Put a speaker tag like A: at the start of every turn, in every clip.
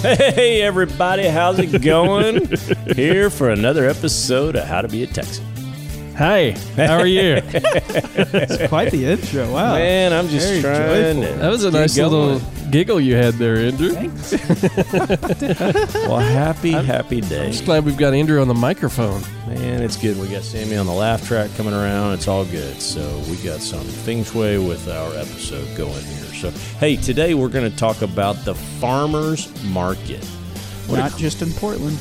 A: Hey, everybody, how's it going? Here for another episode of How to Be a Texan.
B: Hey, how are you?
C: It's quite the intro. Wow.
A: Man, I'm just
C: Oh, Very
A: trying.
C: joyful.
A: to
B: That was a
A: keep
B: nice
A: going.
B: little giggle you had there, Andrew.
C: Thanks.
A: Well, happy, happy day.
B: Just glad we've got Andrew on the microphone.
A: Man, it's good. We got Sammy on the laugh track coming around. It's all good. So we got some feng shui with our episode going here. So hey, today we're going to talk about the farmers market. What a,
C: Not just in Portland.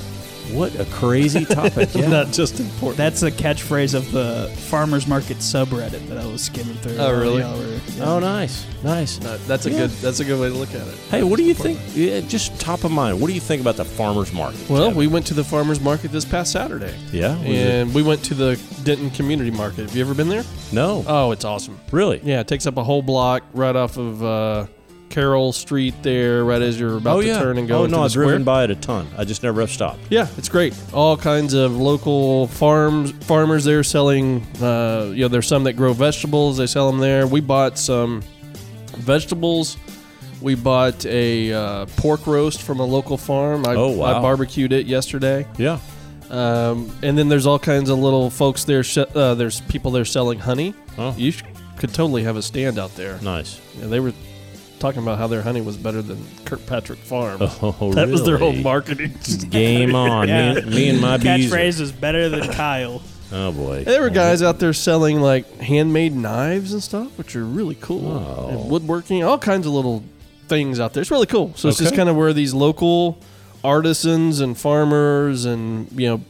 A: what a crazy topic! Yeah.
B: Not just in Portland.
C: That's a catchphrase of the farmers market subreddit that I was skimming through.
B: Oh, really?
C: Y'all were- yeah.
A: oh, nice, nice.
B: that's a
A: Yeah.
B: good. That's a good way to look at it.
A: Hey, what do you think? Yeah, just top of mind. What do you think about the farmers market?
B: Well,
A: Kevin?
B: we went to the farmers market this past Saturday,
A: yeah, was it-
B: and we went to the Denton Community Market. Have you ever been there?
A: no,
B: Oh, it's awesome.
A: really.
B: Yeah, it takes up a whole block right off of uh, Carroll Street there, right as you're about to turn and go
A: oh
B: into
A: no,
B: the
A: I've
B: square.
A: driven by it a ton. I just never have stopped.
B: Yeah, it's great. All kinds of local farms, farmers there selling. Uh, you know, there's some that grow vegetables. They sell them there. We bought some vegetables. We bought a uh, pork roast from a local farm. I,
A: Oh, wow.
B: I barbecued it yesterday.
A: Yeah.
B: Um, and then there's all kinds of little folks there. Sh- uh, there's people there selling honey.
A: Oh.
B: You sh- could totally have a stand out there.
A: Nice.
B: Yeah, they were talking about how their honey was better than Kirkpatrick Farm.
A: Oh,
B: that was their whole
A: really?
B: marketing.
A: Game on.
C: Yeah.
A: Me, and- me and my bees. are-
C: Catchphrase is better than Kyle.
A: Oh boy.
B: There were guys out there selling like handmade knives and stuff, which are really cool.
A: Wow.
B: And woodworking, all kinds of little things out there. It's really cool. So it's just
A: Okay.
B: kind of where these local artisans and farmers and you know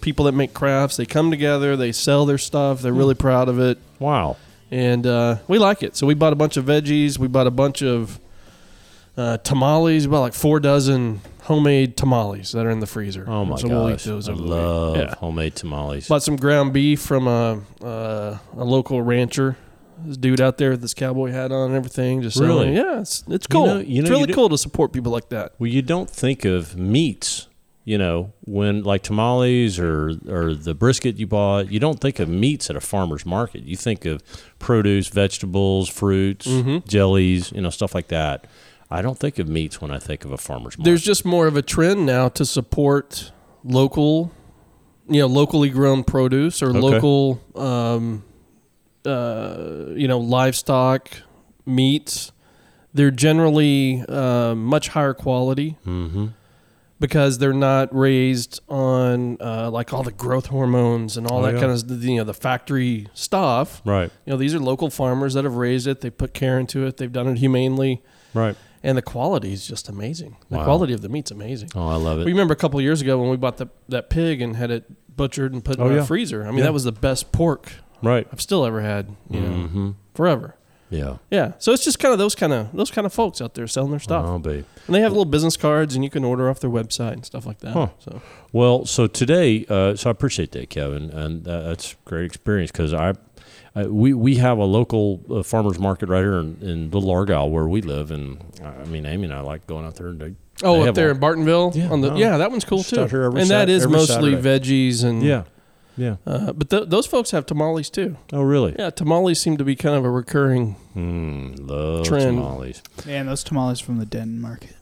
B: people that make crafts they come together, they sell their stuff.
A: Hmm.
B: They're really proud of it,
A: Wow.
B: and uh, we like it. So we bought a bunch of veggies. We bought a bunch of uh, tamales. About like four dozen homemade tamales that are in the freezer.
A: Oh my
B: so
A: gosh.
B: we'll eat those.
A: I
B: over the weekend.
A: love
B: Yeah.
A: homemade tamales.
B: Bought some ground beef from a uh, a local rancher. This dude out there with this cowboy hat on and everything, just
A: Really?
B: selling- yeah, it's it's cool.
A: know- you know,
B: it's
A: you
B: really
A: do-
B: cool to support people like that.
A: well, you don't think of meats, you know, when like tamales or or the brisket you bought. You don't think of meats at a farmer's market. You think of produce, vegetables, fruits, jellies, you know, stuff like that. I don't think of meats when I think of a farmer's market.
B: There's just more of a trend now to support local, you know, locally grown produce or
A: Okay.
B: local, um, uh, you know, livestock meats. They're generally uh, much higher quality.
A: mm-hmm.
B: because they're not raised on uh, like all the growth hormones and all
A: Oh,
B: that
A: yeah.
B: kind of you know the factory stuff.
A: Right.
B: You know, these are local farmers that have raised it. They put care into it. They've done it humanely,
A: Right.
B: and the quality is just amazing. The
A: Wow.
B: quality of the meat's amazing.
A: Oh, I love it.
B: We remember a couple years ago when we bought the, that pig and had it butchered and put in
A: Oh,
B: our
A: yeah.
B: freezer. I mean,
A: Yeah.
B: that was the best pork
A: Right.
B: I've still ever had. You know,
A: Mm-hmm.
B: forever.
A: Yeah.
B: Yeah, so it's just kind of those kind of those kind of folks out there selling their stuff,
A: I'll be.
B: and they have little business cards, and you can order off their website and stuff like that.
A: Huh.
B: So
A: Well, so today, uh, so I appreciate that, Kevin, and uh, that's a great experience because I, uh, we we have a local uh, farmers market right here in, in Little Argyle where we live, and I I mean Amy and I like going out there and do-
B: Oh,
A: They
B: up
A: have
B: there
A: all-
B: in Bartonville.
A: Yeah,
B: Yeah, on the,
A: no.
B: yeah that one's cool
A: Just
B: too.
A: out here every
B: and
A: Sat-
B: that is
A: every
B: mostly veggies and
A: yeah, yeah.
B: Uh, but th- those folks have tamales too.
A: Oh, really?
B: Yeah, tamales seem to be kind of a recurring.
A: Mm, love
B: Trend.
A: tamales.
C: Man, those tamales from the Denton market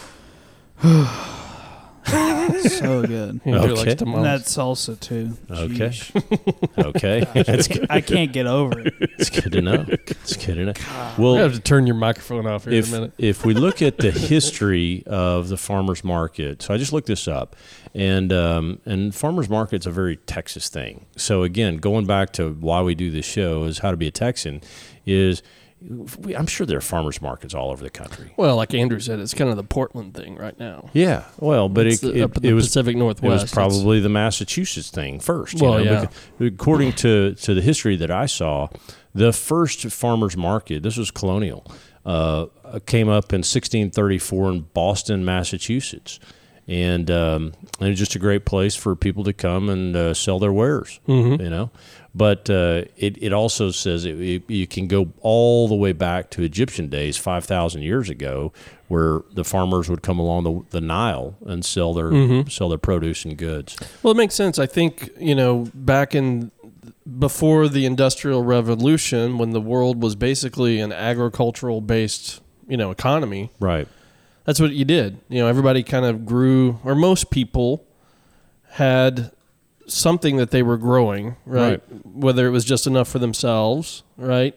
C: were so good.
B: Andrew
A: Okay.
B: likes
C: And
B: tamales.
C: that salsa too.
A: Okay.
C: Sheesh.
A: Okay, that's good.
C: I can't get over it.
A: It's good to know. It's good to know.
B: I
A: Well,
B: have to turn your microphone off here
A: if,
B: in a minute.
A: if we look at the history of the farmers market, so I just looked this up, and um, and farmers market's a very Texas thing. So again, going back to why we do this show is how to be a Texan is. We, I'm sure there are farmers markets all over the country.
B: Well, like Andrew said, it's kind of the Portland thing right now.
A: Yeah, well, but
B: It's
A: it,
B: the- up
A: it,
B: in the
A: it was
B: Pacific Northwest.
A: it was
B: It's-
A: probably the Massachusetts thing first. you know,
B: Well, yeah.
A: becau- according to, to the history that I saw, the first farmers market, this was colonial, uh, came up in 1634 in Boston, Massachusetts. And, um, and it was just a great place for people to come and uh, sell their wares, you know. But uh, it, it also says it, it, you can go all the way back to Egyptian days, 5,000 years ago, where the farmers would come along the, the Nile and sell their sell their produce and goods.
B: Well, it makes sense. I think, you know, back in before the industrial revolution when the world was basically an agricultural based, you know, economy,
A: Right.
B: that's what you did. You know, everybody kind of grew, or most people had something that they were growing, right? Whether it was just enough for themselves, right?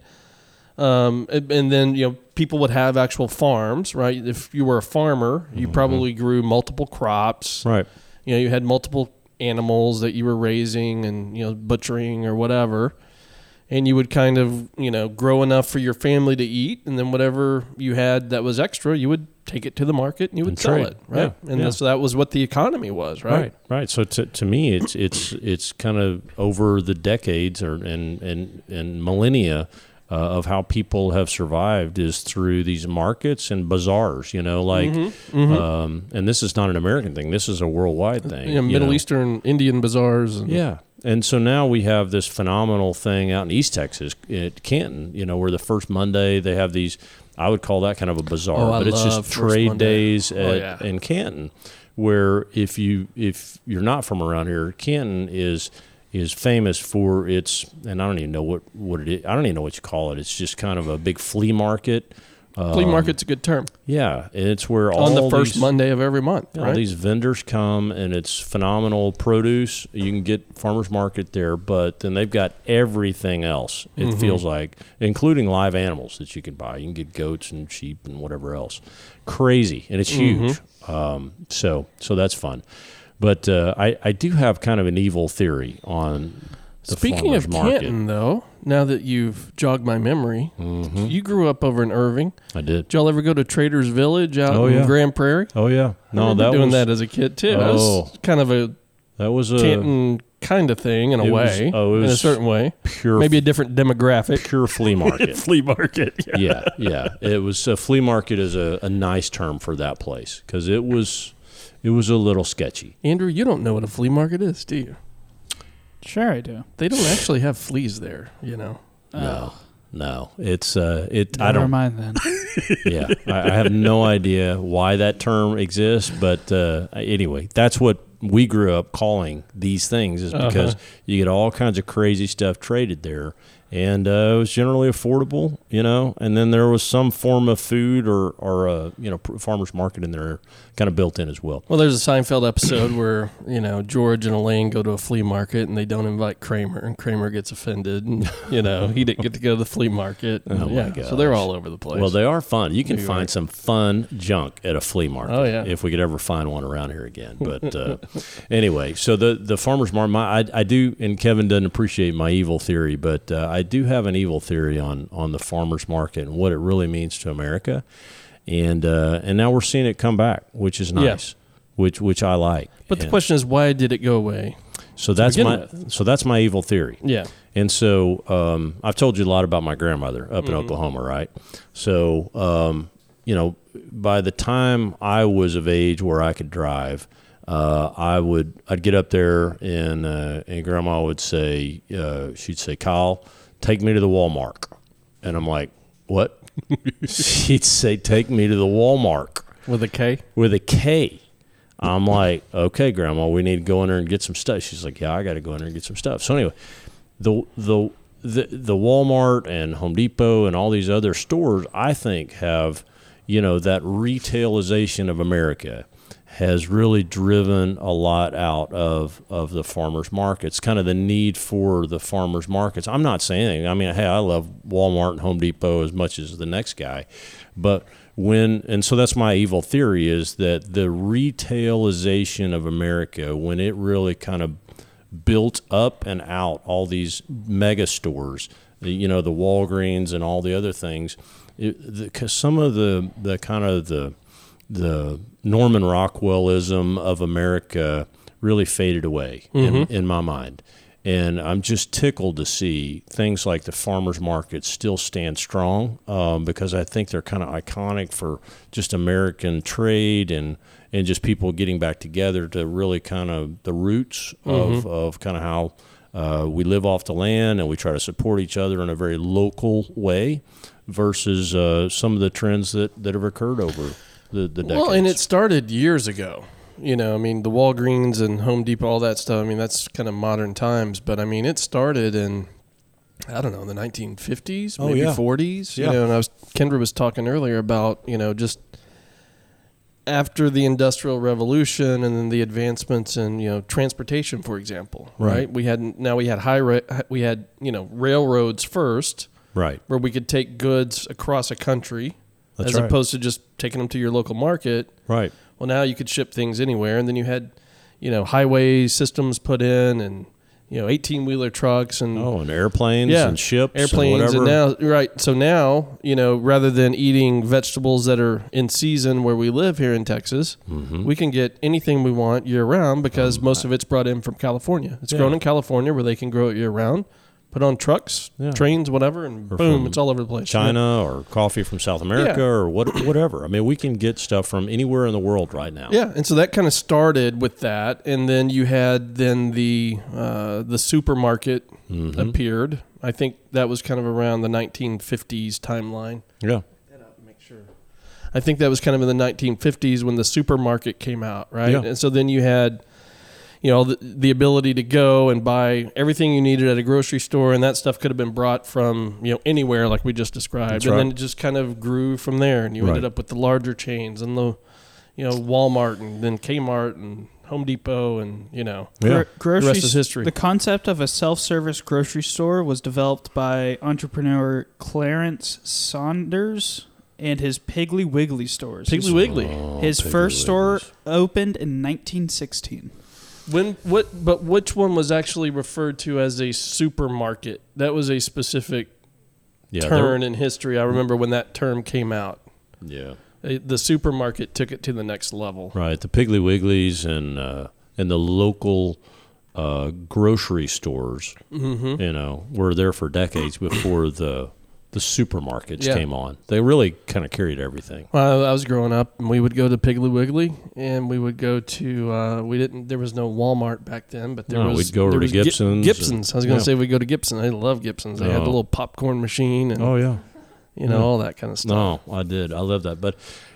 B: Um, and, and then you know, people would have actual farms, right? If you were a farmer, you probably grew multiple crops.
A: Right.
B: You know, you had multiple animals that you were raising and you know butchering or whatever and you would kind of you know grow enough for your family to eat, and then whatever you had that was extra, you would take it to the market and you would
A: And
B: sell
A: trade.
B: it, right?
A: Yeah,
B: And
A: yeah.
B: so that was what the economy was, right?
A: Right, right. So to, to me, it's it's it's kind of over the decades or and and and millennia uh, of how people have survived is through these markets and bazaars. You know, like,
B: Mm-hmm.
A: Um, and this is not an American thing. This is a worldwide thing.
B: You know,
A: you
B: Uh, Middle
A: know.
B: Eastern Indian bazaars, and
A: Yeah. And so now we have this phenomenal thing out in East Texas at Canton, you know, where the first Monday they have these, I would call that kind of a bazaar,
B: Oh, I
A: but it's
B: love
A: just
B: First
A: trade
B: Monday.
A: days at,
B: Oh, yeah.
A: in Canton where if you, if you're not from around here, Canton is, is famous for its, and I don't even know what, what it is. I don't even know what you call it. It's just kind of a big flea market.
B: flea market's a good term
A: Yeah. And it's where Um, all
B: on the first
A: these,
B: Monday of every month,
A: yeah,
B: right?
A: All these vendors come and it's phenomenal produce. You can get farmers market there, but then they've got everything else. It
B: Mm-hmm.
A: feels like, including live animals that you can buy. You can get goats and sheep and whatever else. Crazy, and it's
B: Mm-hmm.
A: huge. Um, so, so that's fun. But uh, I, I do have kind of an evil theory on the
B: Speaking
A: farmers
B: of
A: market.
B: Canton, though, now that you've jogged my memory,
A: Hmm?
B: you grew up over in Irving.
A: Mm-hmm. I did.
B: Did y'all ever go to Trader's Village out
A: Oh,
B: in
A: yeah.
B: Grand Prairie?
A: Oh yeah,
B: I
A: no,
B: remember
A: that
B: doing
A: was
B: that as a kid too. That
A: Oh.
B: was kind of a
A: that was
B: Uh,
A: a
B: Canton kind of thing in a
A: it was-
B: way,
A: oh, it
B: in a
A: was
B: certain way.
A: pure
B: Maybe a different demographic.
A: pure flea market.
B: Flea market.
A: yeah, yeah. It was a flea market is a, a nice term for that place because it was it was a little sketchy.
B: Andrew, you don't know what a flea market is, do you?
C: Sure, I do. Uh,
B: They don't actually have fleas there, you know.
A: No, no. It's uh, it. I
C: Oh. Never
A: don't.
C: mind then.
A: Yeah, I, I have no idea why that term exists, but uh, anyway, that's what we grew up calling these things is
C: Uh-huh.
A: because you get all kinds of crazy stuff traded there. And uh, it was generally affordable, you know. And then there was some form of food or, or uh, you know, pr- farmers market in there, kind of built in as well.
B: Well, there's a Seinfeld episode where, you know, George and Elaine go to a flea market and they don't invite Kramer and Kramer gets offended and, you know, he didn't get to go to the flea market. and,
A: Oh, my
B: yeah, So they're
A: gosh.
B: all over the place.
A: Well, they are fun. You can
B: You're
A: find
B: right.
A: some fun junk at a flea market.
B: Oh, yeah.
A: If we could ever find one around here again. But uh, anyway, so the, the farmer's market, my, I, I do, and Kevin doesn't appreciate my evil theory, but uh, I do have an evil theory on, on the farmer's market and what it really means to America. And, uh, and now we're seeing it come back, which is
B: Yeah.
A: nice, which, which I like.
B: but the
A: And
B: question is, why did it go away?
A: so that's
B: begin
A: my, so that's my evil theory.
B: Yeah.
A: And so um, I've told you a lot about my grandmother up in Oklahoma, right? So, um, you know, by the time I was of age where I could drive, uh, I would I'd get up there and uh, and grandma would say uh, she'd say Kyle, take me to the Walmart, and I'm like, what? she'd say, take me to the Walmart
B: With a K?
A: with a K. I'm like, okay, Grandma, we need to go in there and get some stuff. She's like, yeah, I got to go in there and get some stuff. So anyway, the the the the Walmart and Home Depot and all these other stores, I think, have you know that retailization of America has really driven a lot out of of the farmers markets. Kind of the need for the farmers markets. I'm not saying. I mean, hey, I love Walmart and Home Depot as much as the next guy, but when and so that's my evil theory is that the retailization of America when it really kind of built up and out all these mega stores, the- you know, the Walgreens and all the other things, because some of the the kind of the the Norman Rockwellism of America really faded away in, in my mind. And I'm just tickled to see things like the farmers market still stand strong um, because I think they're kind of iconic for just American trade and, and just people getting back together to really kind of the roots of,
B: Mm-hmm.
A: of kind of how uh, we live off the land and we try to support each other in a very local way versus uh, some of the trends that, that have occurred over the, the decades.
B: Well, and it started years ago. You know, I mean, the Walgreens and Home Depot, all that stuff. I mean, that's kind of modern times, but I mean, it started in I don't know the 1950s,
A: Oh,
B: maybe
A: yeah.
B: 40s.
A: Yeah.
B: You know, and I was Kendra was talking earlier about you know just after the industrial revolution and then the advancements in you know transportation for example
A: Right.
B: we had now we had high ra- we had you know railroads first
A: Right.
B: where we could take goods across a country
A: That's
B: as
A: right.
B: opposed to just taking them to your local market
A: Right.
B: well now you could ship things anywhere and then you had you know highway systems put in and you know 18 wheeler trucks and
A: Oh, and airplanes
B: Yeah.
A: and ships and
B: airplanes
A: whatever.
B: and now right so now you know rather than eating vegetables that are in season where we live here in texas
A: Mm-hmm.
B: we can get anything we want year round because most of it's brought in from california it's
A: Yeah.
B: grown in california where they can grow it year round put on trucks
A: Yeah.
B: trains whatever and
A: Or
B: boom
A: from
B: it's all over the place
A: China or coffee from South America
B: Yeah.
A: or what, whatever. I mean, we can get stuff from anywhere in the world right now.
B: Yeah, and so that kind of started with that, and then you had then the uh, the supermarket appeared. I think that was kind of around the 1950s timeline.
A: Yeah.
B: Make sure. I think that was kind of in the 1950s when the supermarket came out, right?
A: Yeah.
B: And so then you had, you know, the, the ability to go and buy everything you needed at a grocery store, and that stuff could have been brought from you know anywhere, like we just described.
A: That's
B: and
A: right.
B: then it just kind of grew from there, and you ended
A: Right.
B: up with the larger chains and the, you know, Walmart and then Kmart and Home Depot and you know,
A: Yeah.
B: the
C: grocery
B: rest is history.
C: The concept of a self-service grocery store was developed by entrepreneur Clarence Saunders and his Piggly Wiggly stores.
B: Piggly Wiggly. Oh,
C: His
A: Piggly
C: first store
A: Wigglies.
C: opened in 1916.
B: When what? But which one was actually referred to as a supermarket? That was a specific
A: Yeah. there-
B: turn in history. I remember when that term came out.
A: Yeah.
B: Uh, The supermarket took it to the next level.
A: Right, the Piggly Wigglies and uh, and the local uh, grocery stores,
B: Mm-hmm.
A: you know, were there for decades before the the supermarkets
B: Yeah.
A: came on. They really kind of carried everything.
B: Well, I was growing up, and we would go to Piggly Wiggly, and we would go to. Uh, we didn't. There was no Walmart back then, but there
A: No,
B: was.
A: we'd go over
B: there
A: to
B: was Gi-
A: Gibson's and-
B: Gibson's. I was going to
A: yeah.
B: say we would go to Gibson. I love Gibson's. They had the
A: Oh.
B: little popcorn machine and
A: yeah,
B: you know
A: yeah.
B: all that kind of stuff.
A: No, I did. I love that. But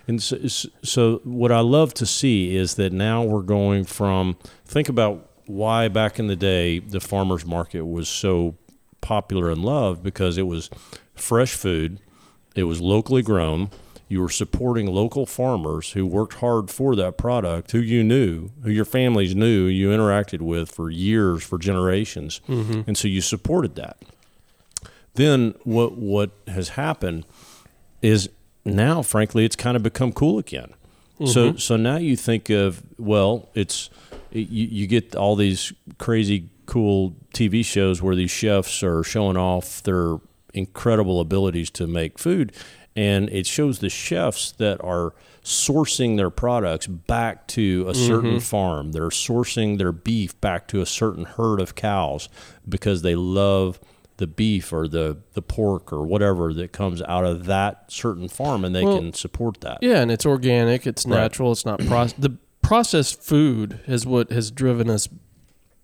A: and so, so what I love to see is that now we're going from think about why back in the day the farmers market was so popular and loved because it was fresh food, it was locally grown. You were supporting local farmers who worked hard for that product, who you knew, who your families knew, you interacted with for years, for generations.
B: Mm-hmm.
A: And so you supported that. Then what what has happened is now, frankly, it's kind of become cool again.
B: Mm-hmm.
A: So so now you think of well, it's you, you get all these crazy cool TV shows where these chefs are showing off their incredible abilities to make food, and it shows the chefs that are sourcing their products back to
B: Mm-hmm.
A: a certain farm. They're sourcing their beef back to a certain herd of cows because they love the beef or the, the pork or whatever that comes out of that certain farm and they
B: Well,
A: can support that.
B: Yeah, and it's organic. It's
A: Right.
B: natural. It's not processed. The processed food is what has driven us,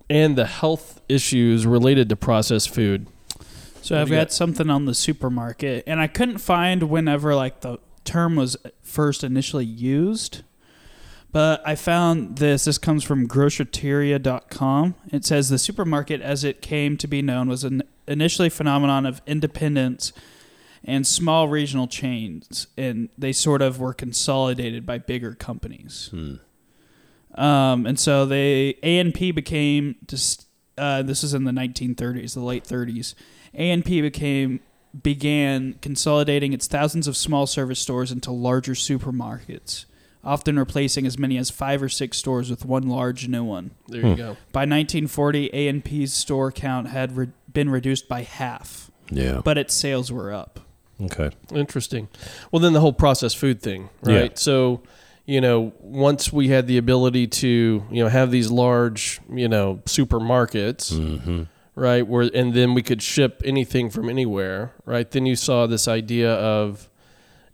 B: and the health issues related to processed food.
C: So
B: What
C: I've
B: do you
C: got,
B: got?
C: something on the supermarket, and I couldn't find whenever like the term was first initially used. But I found this. This comes from groceteria.com. It says the supermarket, as it came to be known, was an initially phenomenon of independence and small regional chains, and they sort of were consolidated by bigger companies.
A: Hmm.
C: Um, and so they A&P became just uh, this is in the 1930s, the late 30s. A&P became began consolidating its thousands of small service stores into larger supermarkets, often replacing as many as five or six stores with one large new one.
B: There
A: Hmm.
B: you go.
C: By 1940, A&P's store count had re- been reduced by half,
A: Yeah.
C: but its sales were up.
A: Okay.
B: Interesting. Well, then the whole processed food thing, right?
A: Yeah.
B: So, you know, once we had the ability to, you know, have these large, you know, supermarkets,
A: Mm-hmm.
B: right? Where and then we could ship anything from anywhere, right? Then you saw this idea of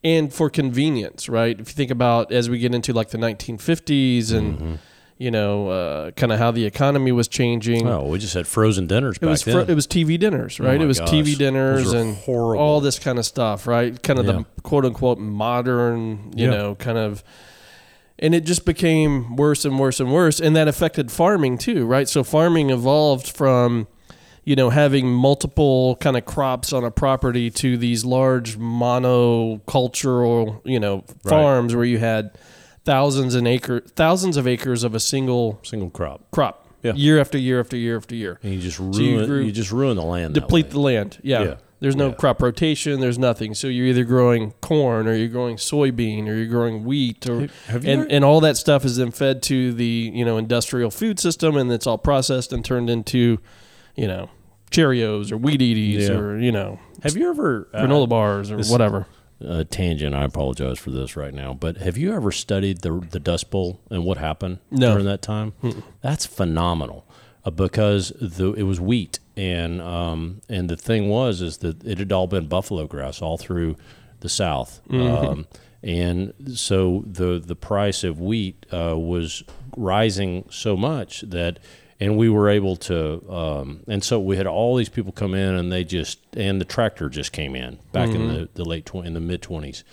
B: and for convenience, right? If you think about as we get into like the 1950s and
A: Mm-hmm.
B: you know, uh, kind of how the economy was changing.
A: Oh, we just had frozen dinners
B: It
A: back
B: was fr-
A: then.
B: it was TV dinners,
A: Oh
B: right?
A: my
B: it was
A: gosh.
B: TV dinners
A: Those are
B: and
A: horrible.
B: all this kind of stuff, right? Kind of
A: Yeah.
B: the quote unquote modern, you
A: Yeah.
B: know, kind of. And it just became worse and worse and worse. And that affected farming too, right? So farming evolved from, you know, having multiple kind of crops on a property to these large monocultural, you know,
A: Right.
B: farms where you had thousands and acre thousands of acres of a single
A: single crop.
B: crop
A: Yeah.
B: year after year after year after year.
A: And you just ruin
B: you
A: you,
B: grew-
A: just ruin the land. that
B: Deplete
A: way.
B: the land. Yeah.
A: Yeah.
B: There's no
A: Yeah.
B: crop rotation, there's nothing. So you're either growing corn or you're growing soybean or you're growing wheat or
A: Have you
B: and,
A: ever-
B: and all that stuff is then fed to the, you know, industrial food system and it's all processed and turned into, you know, Cheerios or Wheaties
A: Yeah.
B: or, you know,
A: have you ever uh,
B: granola bars or
A: this-
B: whatever.
A: uh, tangent. I apologize for this right now, but have you ever studied the the Dust Bowl and what happened
B: No. Hmm.
A: during that time? That's phenomenal uh, because the it was wheat and um, and the thing was is that it had all been buffalo grass all through the South, um, and so the the price of wheat uh, was rising so much that. And we were able to, um, and so we had all these people come in, and they just, and the tractor just came in back in the, the late tw- in the mid twenties,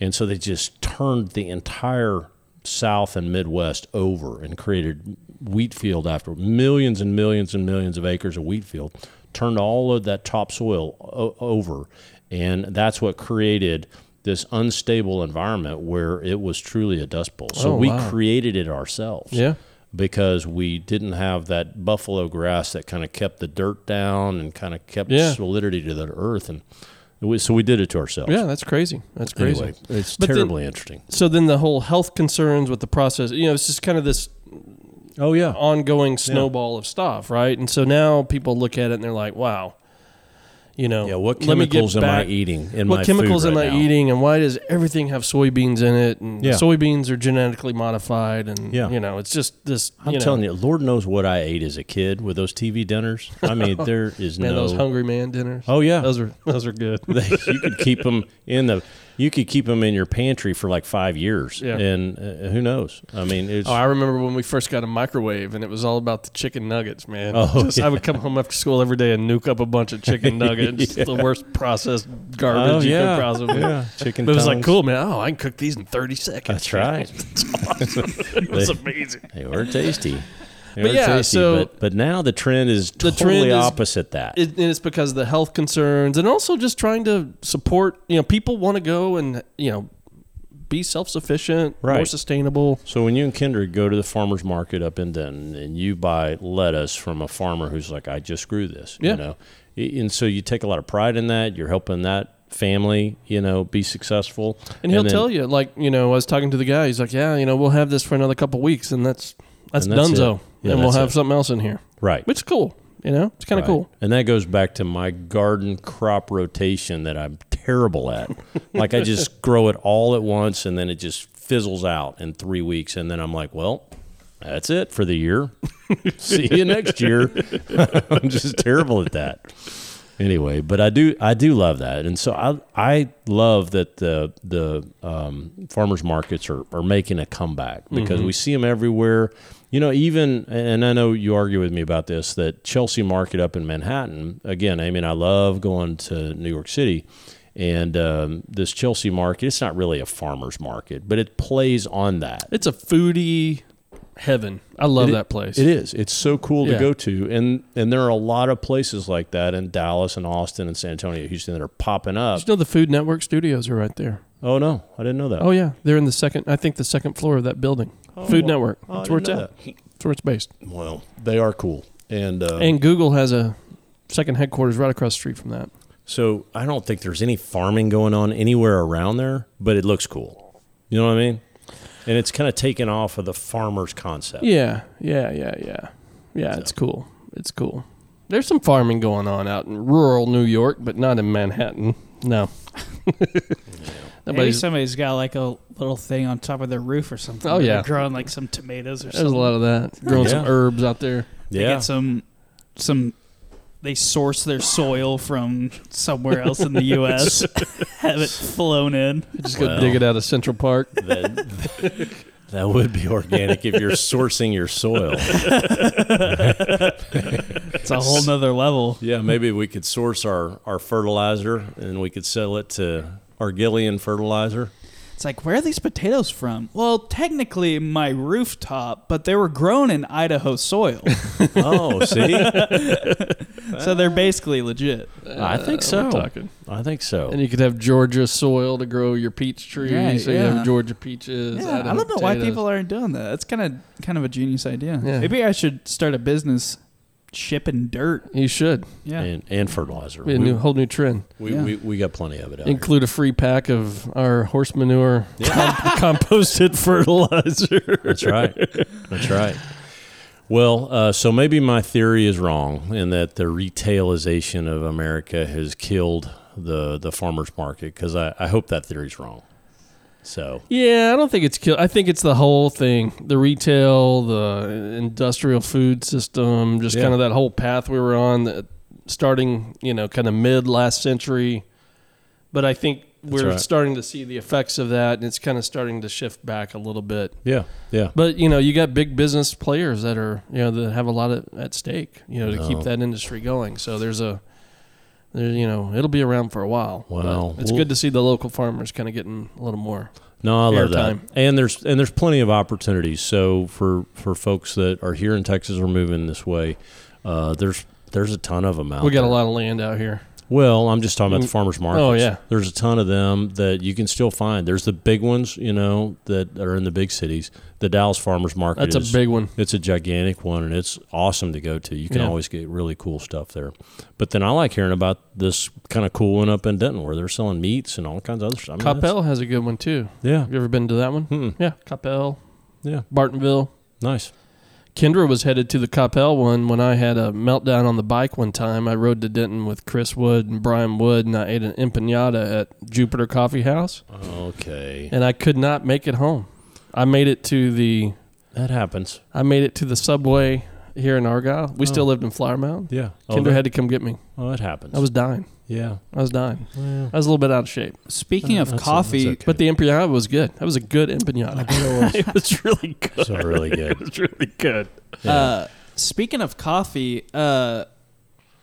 A: and so they just turned the entire South and Midwest over and created wheat field after millions and millions and millions of acres of wheat field, turned all of that topsoil o- over. And that's what created this unstable environment where it was truly a dust bowl. So
B: Oh,
A: we
B: wow.
A: created it ourselves
B: Yeah.
A: because we didn't have that buffalo grass that kind of kept the dirt down and kind of kept
B: Yeah.
A: solidity to the earth. And it was, so we did it to ourselves.
B: Yeah, that's crazy. That's crazy.
A: Anyway, it's
B: But then-
A: terribly interesting.
B: So then the whole health concerns with the process, you know, it's just kind of this
A: Oh yeah,
B: ongoing snowball of stuff, right? And so now people look at it and they're like, wow, you know,
A: yeah. What
B: let me get
A: chemicals am
B: back-
A: I eating in my
B: What chemicals
A: food
B: am
A: right
B: I
A: now?
B: eating, and why does everything have soybeans in it? And
A: Yeah.
B: soybeans are genetically modified, and
A: Yeah.
B: you know, it's just this.
A: I'm
B: you know,
A: telling you, Lord knows what I ate as a kid with those TV dinners. I mean, there is
B: man,
A: no.
B: those hungry man dinners.
A: oh yeah,
B: those are those are good.
A: you could keep them in the. You could keep them in your pantry for like five years,
B: Yeah.
A: and uh, who knows? I mean, it's
B: Oh, I remember when we first got a microwave, and it was all about the chicken nuggets, man.
A: Oh,
B: Just- I would come home after school every day and nuke up a bunch of chicken nuggets, the worst processed
A: Oh,
B: garbage
A: yeah.
B: you could possibly.
A: yeah, chicken.
B: But it was like
A: tongs.
B: cool, man. Oh, I can cook these in thirty seconds.
A: That's right.
B: it was amazing.
A: They were tasty. They
B: But
A: were
B: yeah,
A: tasty,
B: so-
A: but, but now the trend is
B: The
A: totally
B: trend is-
A: opposite that.
B: it, and it's because of the health concerns and also just trying to support you know people want to go and you know be self-sufficient more
A: Right.
B: sustainable
A: So when you and Kendra go to the farmer's market up in Denton and you buy lettuce from a farmer who's like, I just grew this,
B: Yeah.
A: you know, I- and so you take a lot of pride in that. You're helping that family, you know, be successful.
B: and he'll
A: then-
B: tell you like you know i was talking to the guy he's like yeah you know we'll have this for another couple weeks and that's that's,
A: And that's it.
B: dunzo
A: Yeah,
B: and we'll
A: that's
B: have
A: it.
B: something else in here
A: right,
B: which is cool you know it's kind of
A: right.
B: cool
A: And that goes back to my garden crop rotation that I'm terrible at. like I just grow it all at once and then it just fizzles out in three weeks, and then I'm like, well. That's it for the year. See you next year. I'm just terrible at that. anyway but i do i do love that and so i i love that the the um, farmers markets are, are making a comeback because we see them everywhere you know even and i know you argue with me about this that chelsea market up in manhattan again i mean i love going to new york city and um, this chelsea market it's not really a farmers market but it plays on that
B: it's a foodie heaven i love
A: It-
B: that place
A: it is. It's so cool
B: Yeah.
A: to go to, and and there are a lot of places like that in Dallas and Austin and San Antonio, Houston that are popping up.
B: Did you know the food network studios are right there
A: Oh Oh, no, I didn't know that.
B: oh yeah they're in the second i think the second floor of that building food network that's where it's at that's where it's based
A: Well, they are cool, and, uh,
B: And Google has a second headquarters right across the street from that.
A: so I don't think there's any farming going on anywhere around there, but it looks cool. You know what I mean? And it's kind of taken off of the farmers concept.
B: Yeah, yeah, yeah, yeah. Yeah, it's cool. It's cool. There's some farming going on out in rural New York, but not in Manhattan. No.
C: Maybe
B: Nobody's,
C: somebody's got like a little thing on top of their roof or something.
B: Oh,
C: They're
B: yeah.
C: growing like some tomatoes or
B: there's a
C: something.
B: lot of that. Growing some
A: Yeah.
B: herbs out there.
C: They
A: yeah.
C: get some some. They source their soil from somewhere else in the U.S. have it flown in.
B: Just go
A: Well.
B: dig it out of Central Park.
A: that, that would be organic if you're sourcing your soil.
C: It's a whole nother level.
A: Yeah, maybe we could source our, our fertilizer and we could sell it to Argillian Fertilizer.
C: It's like, where are these potatoes from? Well, technically, my rooftop, but they were grown in Idaho soil.
A: Oh, see,
C: so they're basically legit.
A: I think
B: Uh,
A: so. Oh.
B: we're talking.
A: I think so.
B: And you could have Georgia soil to grow your peach trees.
C: Yeah,
B: so you
C: yeah.
B: have Georgia peaches.
C: Yeah, I
B: Idaho
C: don't know why
B: potatoes.
C: people aren't doing that. It's kind of kind of a genius idea.
B: Yeah.
C: Maybe I should start a business shipping dirt.
B: You should
C: Yeah.
A: and, and fertilizer.
B: be a new whole new trend.
A: we,
C: Yeah.
A: we, we got plenty of it out
B: Include a free pack of our horse manure com- composted
A: here.
B: fertilizer.
A: That's right. That's right. Well, uh, so maybe my theory is wrong in that the retailization of America has killed the, the farmers market because I, I hope that theory's wrong. So
B: Yeah, I don't think it's kill. I think it's the whole thing: the retail, the industrial food system, just
A: Yeah.
B: kind of that whole path we were on, that starting you know kind of mid last century. But I think we're
A: right.
B: starting to see the effects of that, and it's kind of starting to shift back a little bit.
A: yeah, yeah,
B: But you know, you got big business players that are you know that have a lot of, at stake, you know, to keep
A: No.
B: that industry going. So there's a, there you know, it'll be around for a while. But
A: Wow.
B: it's
A: Well-
B: good to see the local farmers kind of getting a little more.
A: No, I love that.
B: Airtime.
A: And there's and there's plenty of opportunities. So for for folks that are here in Texas or moving this way, uh, there's there's a ton of them out.
B: We got a
A: there.
B: lot of land out here.
A: Well, I'm just talking about the
B: Mm.
A: farmers markets.
B: Oh, yeah.
A: there's a ton of them that you can still find. There's the big ones, you know, that are in the big cities. The Dallas farmers market.
B: That's a
A: is-
B: big one.
A: It's a gigantic one, and it's awesome to go to. You can
B: Yeah.
A: always get really cool stuff there. But then I like hearing about this kind of cool one up in Denton where they're selling meats and all kinds of other stuff. I mean, that's-
B: Coppell has a good one too.
A: Yeah.
B: Have you ever been to that one?
A: Mm-mm.
B: Yeah, Coppell,
A: Yeah.
B: Bartonville.
A: Nice.
B: Kendra was headed to the Coppell one when I had a meltdown on the bike one time. I rode to Denton with Chris Wood and Brian Wood, and I ate an empanada at Jupiter Coffee House,
A: Okay.
B: and I could not make it home. I made it to the
A: That happens.
B: I made it to the subway here in Argyle.
A: Oh.
B: We still lived in Flower Mound.
A: Yeah. Oh,
B: Kendra
A: that,
B: had to come get me.
A: oh, that happens.
B: I was dying.
A: yeah.
B: I was dying.
A: Well,
B: I was a little bit out of shape,
C: Speaking of
A: Uh, that's- that's
C: coffee,
A: okay.
B: but the empanada was good. That was a good empanada. it was really good.
A: so really good.
B: was really good.
C: Uh, speaking of coffee, uh,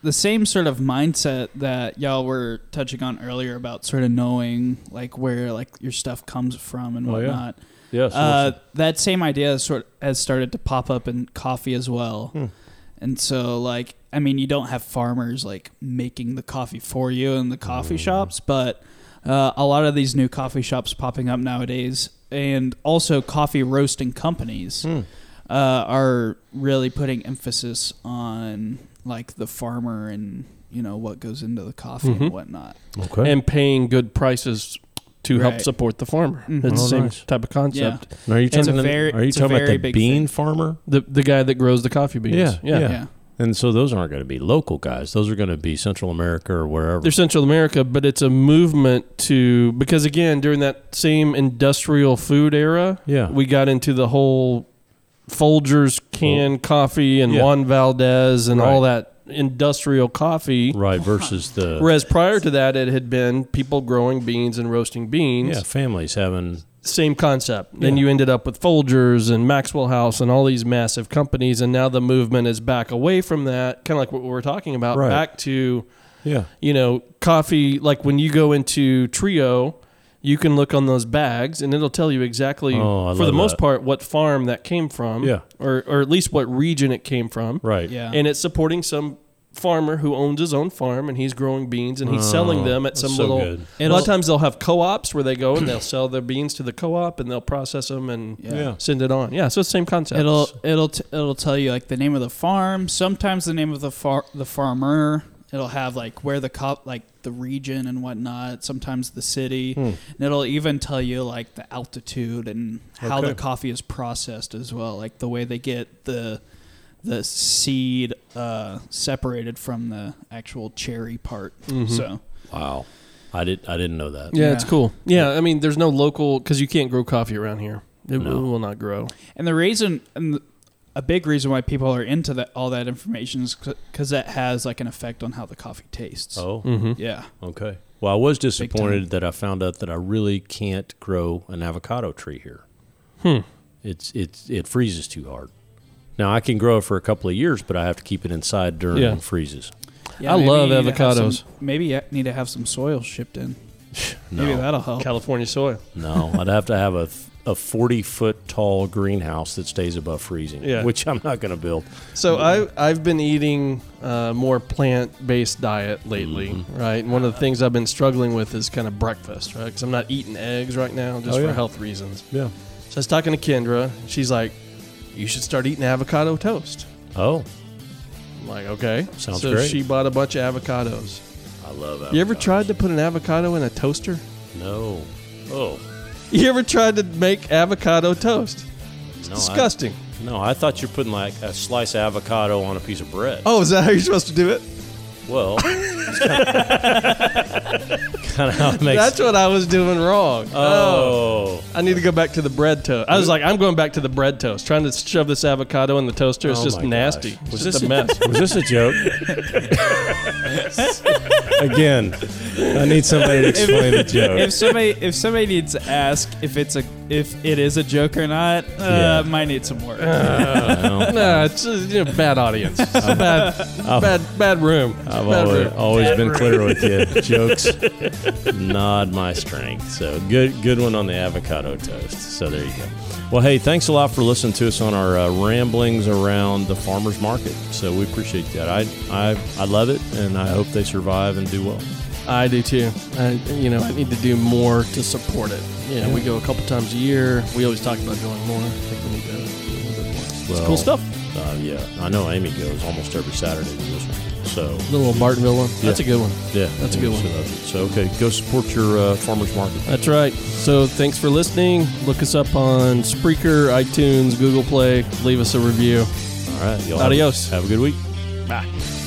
C: the same sort of mindset that y'all were touching on earlier about sort of knowing like where like your stuff comes from and
A: Oh, yeah.
C: whatnot.
A: Yes.
C: Uh, that same idea is sort has started to pop up in coffee as well.
A: Hmm.
C: And so, like, I mean, you don't have farmers like making the coffee for you in the coffee
A: Mm.
C: shops, but uh, a lot of these new coffee shops popping up nowadays, and also coffee roasting companies
A: Hmm.
C: uh, are really putting emphasis on like the farmer and you know what goes into the coffee
B: Mhm.
A: Mm-hmm.
C: and whatnot.
A: okay.
B: and paying good prices to help
C: Right.
B: support the farmer. It's
C: Mhm.
B: the
A: Oh,
B: same
A: nice.
B: type of concept.
A: And are you
C: It's
A: talking,
C: a
A: the-
C: very-
A: are you
C: it's a
A: talking about
C: very
A: the
C: big
A: bean
C: thing.
A: farmer?
B: The the guy that grows the coffee beans.
A: Yeah, yeah.
C: yeah.
A: And so those aren't going to be local guys. Those are going to be Central America or wherever.
B: They're Central America, but it's a movement to because again during that same industrial food era,
A: yeah.
B: we got into the whole Folgers canned coffee and
A: Yeah.
B: Juan Valdez and all
A: Right.
B: that industrial coffee.
A: right. Versus the
B: Whereas prior to that, it had been people growing beans and roasting beans.
A: yeah families having
B: same concept. Then
A: Yeah.
B: you ended up with Folgers and Maxwell House and all these massive companies, and now the movement is back away from that, kind of like what we were talking about,
A: Right.
B: back to
A: yeah
B: you know coffee. Like when you go into Trio, you can look on those bags, and it'll tell you exactly,
A: Oh, I
B: for the
A: love
B: most
A: that.
B: part, what farm that came from,
A: Yeah.
B: or or at least what region it came from,
A: right
C: Yeah.
B: and it's supporting some farmer who owns his own farm and he's growing beans and he's selling
A: Oh,
B: them at
A: that's
B: some
A: so
B: little
A: good.
B: a lot
C: It'll-
B: of times they'll have co-ops where they go and they'll sell their beans to the co-op and they'll process them and
C: Yeah.
A: yeah.
B: send it on yeah so it's the same concept
C: It'll it'll t- it'll tell you like the name of the farm. Sometimes the name of the far- the farmer. It'll have like where the cop like the region and whatnot. Sometimes the city.
A: Hmm.
C: And it'll even tell you like the altitude and how the
A: Okay.
C: coffee is processed as well. Like the way they get the the seed uh, separated from the actual cherry part.
A: Mm-hmm.
C: So
A: Wow, I did I didn't know that.
B: yeah, it's
C: yeah.
B: cool yeah i mean there's no local because you can't grow coffee around here it
A: No.
B: will not grow
C: And the reason, and the- a big reason why people are into that all that information is because that has like an effect on how the coffee tastes.
A: Oh,
B: mm-hmm.
C: Yeah.
A: okay. Well, I was disappointed that I found out that I really can't grow an avocado tree here. Hmm. It's it's it freezes too hard. Now I can grow it for a couple of years, but I have to keep it inside during
B: Yeah.
A: freezes.
B: I
C: maybe
B: love
C: you need to have
B: avocados.
C: some- maybe you need to have some soil shipped in.
A: No,
C: Maybe that'll help.
B: California soil.
A: no, I'd have to have a a forty foot tall greenhouse that stays above freezing,
B: Yeah.
A: which I'm not going to build.
B: So I I've been eating uh, more plant based diet lately, right? And one of the things I've been struggling with is kind of breakfast, right? Because I'm not eating eggs right now just
A: Oh,
B: for
A: yeah.
B: health reasons.
A: Yeah.
B: So I was talking to Kendra. She's like, "You should start eating avocado toast."
A: Oh,
B: I'm like, "Okay."
A: Sounds
B: so
A: great.
B: she bought a bunch of avocados.
A: I love that.
B: You ever tried to put an avocado in a toaster?
A: No. Oh.
B: You ever tried to make avocado toast? It's
A: No, I-
B: disgusting.
A: No, I thought you were putting like a slice of avocado on a piece of bread.
B: Oh, is that how you're supposed to do it?
A: Well, kind of how it makes.
B: That's what I was doing wrong.
A: oh,
B: I need to go back to the bread toast. I was like, I'm going back to the bread toast. Trying to shove this avocado in the toaster is
A: Oh
B: just
A: my gosh.
B: nasty. It's
A: Was
B: just
A: this
B: a mess.
A: Was this a joke? Again, I need somebody to explain the joke.
C: if somebody if somebody needs to ask if it's a if it is a joke or not, uh,
A: Yeah.
C: might need some work.
A: Well,
B: nah, it's just, you know, bad audience. It's a bad, bad, bad room. It's a
A: I've
B: bad
A: always,
B: room.
A: always been clear with you. Jokes, not my strength. So good, good one on the avocado toast. So there you go. Well, hey, thanks a lot for listening to us on our uh, ramblings around the farmers market. So we appreciate that. I, I, I love it, and I hope they survive and do well.
B: I do too. I, you know, I need to do more to support it. Yeah, we go a couple times a year. We always talk about going more. I think we need to. a little bit more. it's cool
A: Well,
B: stuff.
A: Uh, yeah, I know Amy goes almost every Saturday to this one. So
B: The little Martinville one. That's a
A: Yeah.
B: good one.
A: yeah,
B: That's a good one.
A: So, that's it. So, okay, go support your uh, farmers market.
B: That's right. So thanks for listening. Look us up on Spreaker, iTunes, Google Play. Leave us a review.
A: All right, y'all.
B: Adios.
A: Have, have a good week.
B: Bye.